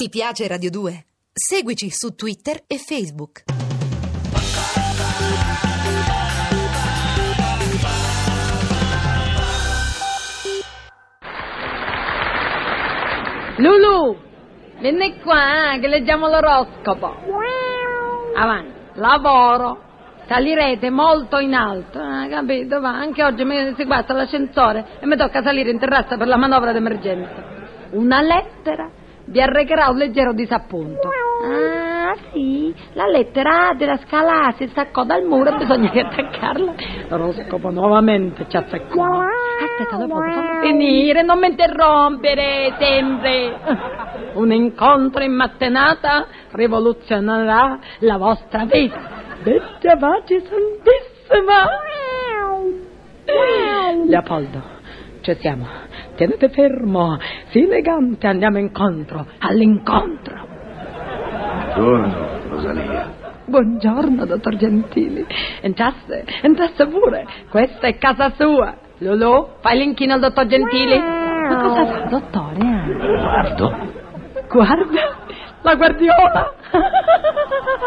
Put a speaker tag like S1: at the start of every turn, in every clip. S1: Ti piace Radio 2? Seguici su Twitter e Facebook.
S2: Lulu, vieni qua eh, che leggiamo l'oroscopo. Avanti, lavoro. Salirete molto in alto, eh, capito? Va, anche oggi mi si guasta l'ascensore e mi tocca salire in terrazza per la manovra d'emergenza. Una lettera vi arrecherà un leggero disappunto. Ah, sì, la lettera A della scala A si s'accoda al muro e bisogna che attaccarla. L'oroscopo nuovamente ci attaccò. Aspetta, dopo lo fammi finire, non mi interrompere sempre. Un incontro in mattinata rivoluzionerà la vostra vita. Bella pace santissima. Leopoldo, ci siamo. Tenete fermo, sii elegante, andiamo incontro, all'incontro.
S3: Buongiorno, Rosalia.
S2: Buongiorno, dottor Gentili. Entrasse, entrasse pure. Questa è casa sua. Lulu, fai l'inchino al dottor Gentili. Ma cosa fa, dottore?
S3: Guardo.
S2: Guarda, la guardiola.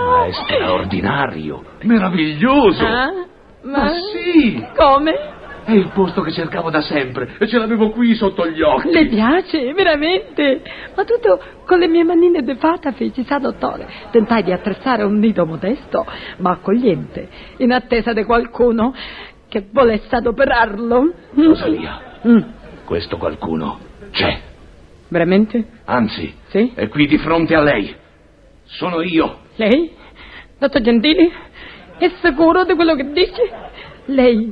S3: Ma è straordinario. Meraviglioso.
S2: Ah,
S3: Ma sì,
S2: Come?
S3: è il posto che cercavo da sempre e ce l'avevo qui sotto gli
S2: Le
S3: occhi.
S2: piace, veramente? Ma tutto con le mie manine de fata feci, sa dottore. Tentai di attrezzare un nido modesto, ma accogliente, in attesa di qualcuno che volesse adoperarlo.
S3: Rosalia,
S2: Mm,
S3: questo qualcuno c'è.
S2: veramente?
S3: Anzi,
S2: Sì?
S3: è qui di fronte a lei. Sono io.
S2: Lei? Dottor Gentili? È sicuro di quello che dice? Lei,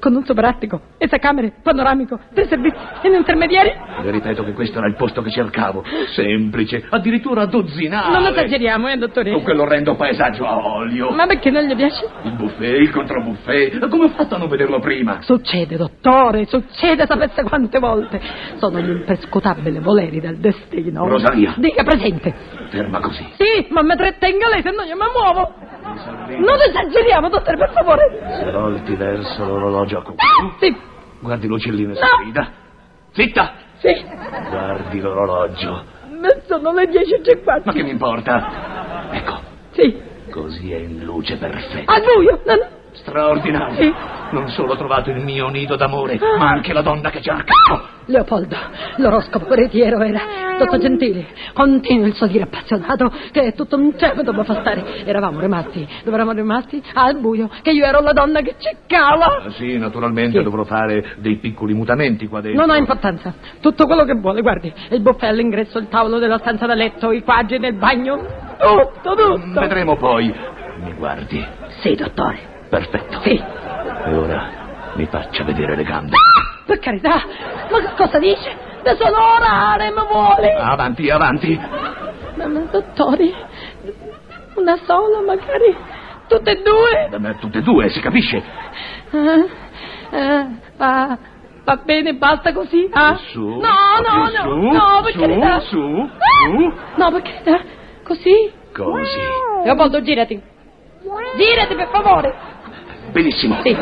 S2: con uso pratico, esacamere, panoramico, tre servizi e un intermediere?
S3: Le ripeto che questo era il posto che cercavo. Semplice, addirittura dozzinale.
S2: Non esageriamo, eh, dottore?
S3: Ah, Con quell'orrendo paesaggio a olio.
S2: Ma perché non le piace?
S3: Il buffet, il controbuffet. Come ho fatto a non vederlo prima?
S2: Succede, dottore, succede, sapesse quante volte. Sono gli imperscrutabili voleri del destino.
S3: Rosalia.
S2: Dica presente.
S3: Ferma così.
S2: Sì, ma mi trattenga lei, se no io mi muovo.
S3: Salve.
S2: Non esageriamo, dottore, per favore.
S3: Volti verso l'orologio a
S2: Ah,
S3: cucù.
S2: sì,
S3: Guardi l'uccellino e
S2: No.
S3: sorrida. Zitta!
S2: sì.
S3: Guardi l'orologio.
S2: Sono le 10.50.
S3: Ma che mi importa? Ecco,
S2: Sì,
S3: così è in luce perfetta.
S2: a buio. non-
S3: Straordinario. Non solo ho trovato il mio nido d'amore, ma anche la donna che cercavo.
S2: Leopoldo, l'oroscopo correttiero era Dottor Gentili, continua il suo dire appassionato che è tutto un cieco dove fa stare. Eravamo rimasti, dove eravamo rimasti? Al buio, che io ero la donna che cercava.
S3: Ah, Sì, naturalmente
S2: Sì.
S3: dovrò fare dei piccoli mutamenti qua dentro.
S2: Non ha importanza, tutto quello che vuole, guardi, il buffet all'ingresso, il tavolo della stanza da letto, i quadri nel bagno, tutto, tutto.
S3: Oh, mm, Vedremo poi. Mi guardi.
S2: Sì, dottore,
S3: Perfetto.
S2: sì,
S3: E ora mi faccia vedere le gambe.
S2: per carità, ma che cosa dice? Desonorare mi vuole.
S3: Avanti, avanti.
S2: Ma, ma, dottori, una sola magari, tutte e due?
S3: Eh, Tutte e due, si capisce?
S2: Eh, eh, va, va bene, basta così? Ah?
S3: Su,
S2: no,
S3: proprio
S2: no,
S3: su,
S2: no, no, per
S3: su,
S2: carità.
S3: su,
S2: Ah!
S3: su.
S2: No, per carità, così?
S3: Così.
S2: Leopoldo, girati. Girati, per favore.
S3: Benissimo.
S2: Sì,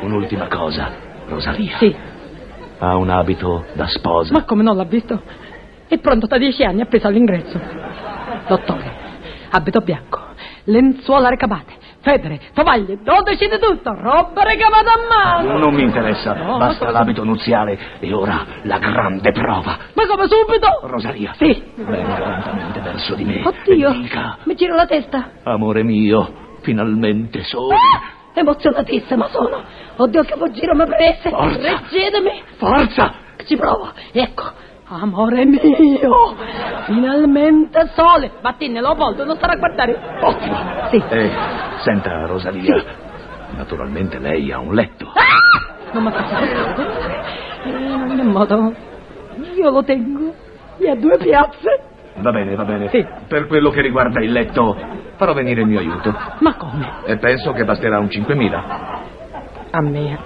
S3: Un'ultima cosa, Rosalia.
S2: sì.
S3: Ha un abito da sposa.
S2: Ma come non l'ha visto? È pronto da dieci anni, appeso all'ingresso. Dottore, abito bianco, lenzuola recamate, federe, tovaglie, dodici di tutto, roba recamata a mano.
S3: Non mi interessa,
S2: No,
S3: basta
S2: ma-
S3: l'abito nuziale e ora la grande prova.
S2: Ma come subito?
S3: Rosalia.
S2: Sì.
S3: Venga lentamente verso di me. E
S2: Oddio,
S3: dica,
S2: mi giro la testa.
S3: amore mio, finalmente soli.
S2: Ah! Emozionatissima sono. Oddio che giro mi prese.
S3: Forza.
S2: Reggedemi.
S3: Forza!
S2: Ci provo. Ecco. Amore mio. Finalmente sole. Battine, Leopoldo, non stare a guardare.
S3: Ottimo.
S2: Sì.
S3: Eh, senta, Rosalia. Naturalmente lei ha un letto.
S2: Ah! Non mi faccio Eh, In ogni modo, io lo tengo. E a due piazze.
S3: Va bene, va bene.
S2: Sì.
S3: Per quello che riguarda il letto, farò venire il mio aiuto.
S2: Ma come?
S3: E penso che basterà un 5.000.
S2: A me.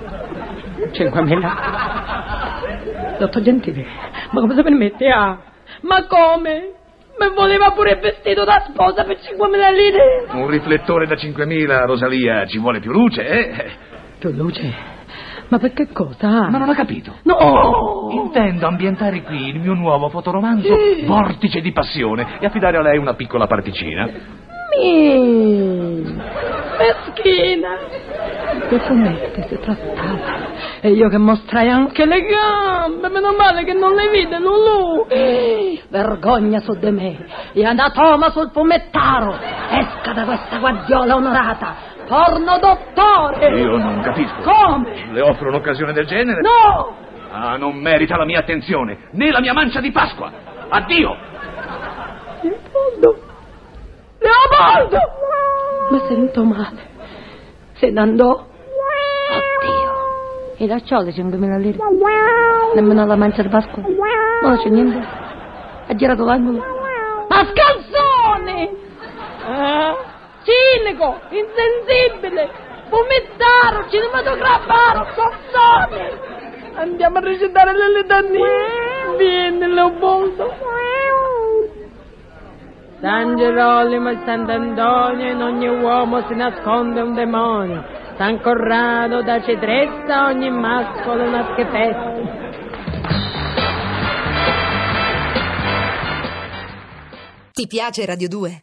S2: 5.000. Dottor Gentile, ma come si permette? Ah, ma come? Mi voleva pure il vestito da sposa per 5.000 lire.
S3: Un riflettore da 5.000, Rosalia, ci vuole più luce, eh?
S2: Più luce. Ma per che cosa?
S3: Ma non ho capito. Oh!
S2: No!
S3: Intendo ambientare qui il mio nuovo fotoromanzo Vortice di passione e affidare a lei una piccola particina.
S2: Mi... Meschina! Che fumetti si trattava. E io che mostrai anche le gambe, meno male che non le vide Lulù. Vergogna su di me, e anatoma sul fumettaro. Esca da questa guardiola onorata, porno dottore!
S3: Eh. Io non capisco.
S2: Come?
S3: Le offro un'occasione del genere?
S2: No!
S3: Ah, non merita la mia attenzione, né la mia mancia di Pasqua. Addio!
S2: Leopoldo! Leopoldo! Mi sento male. Se ne andò. Oddio. E lasciò le 5.000 lire. Nemmeno la mancia di Pasqua. Non c'è niente. Ha girato l'angolo. Ma scalzone! Eh? Cinico, insensibile, fumettaro, cinematografaro, calzone! Andiamo a recitare le litanie. Vieni, Leopoldo. San Gerolimo e Sant'Antonio, in ogni uomo si nasconde un demonio. San Corrado da cetrezza, a ogni mascolo una schifezza.
S1: Ti piace Radio 2?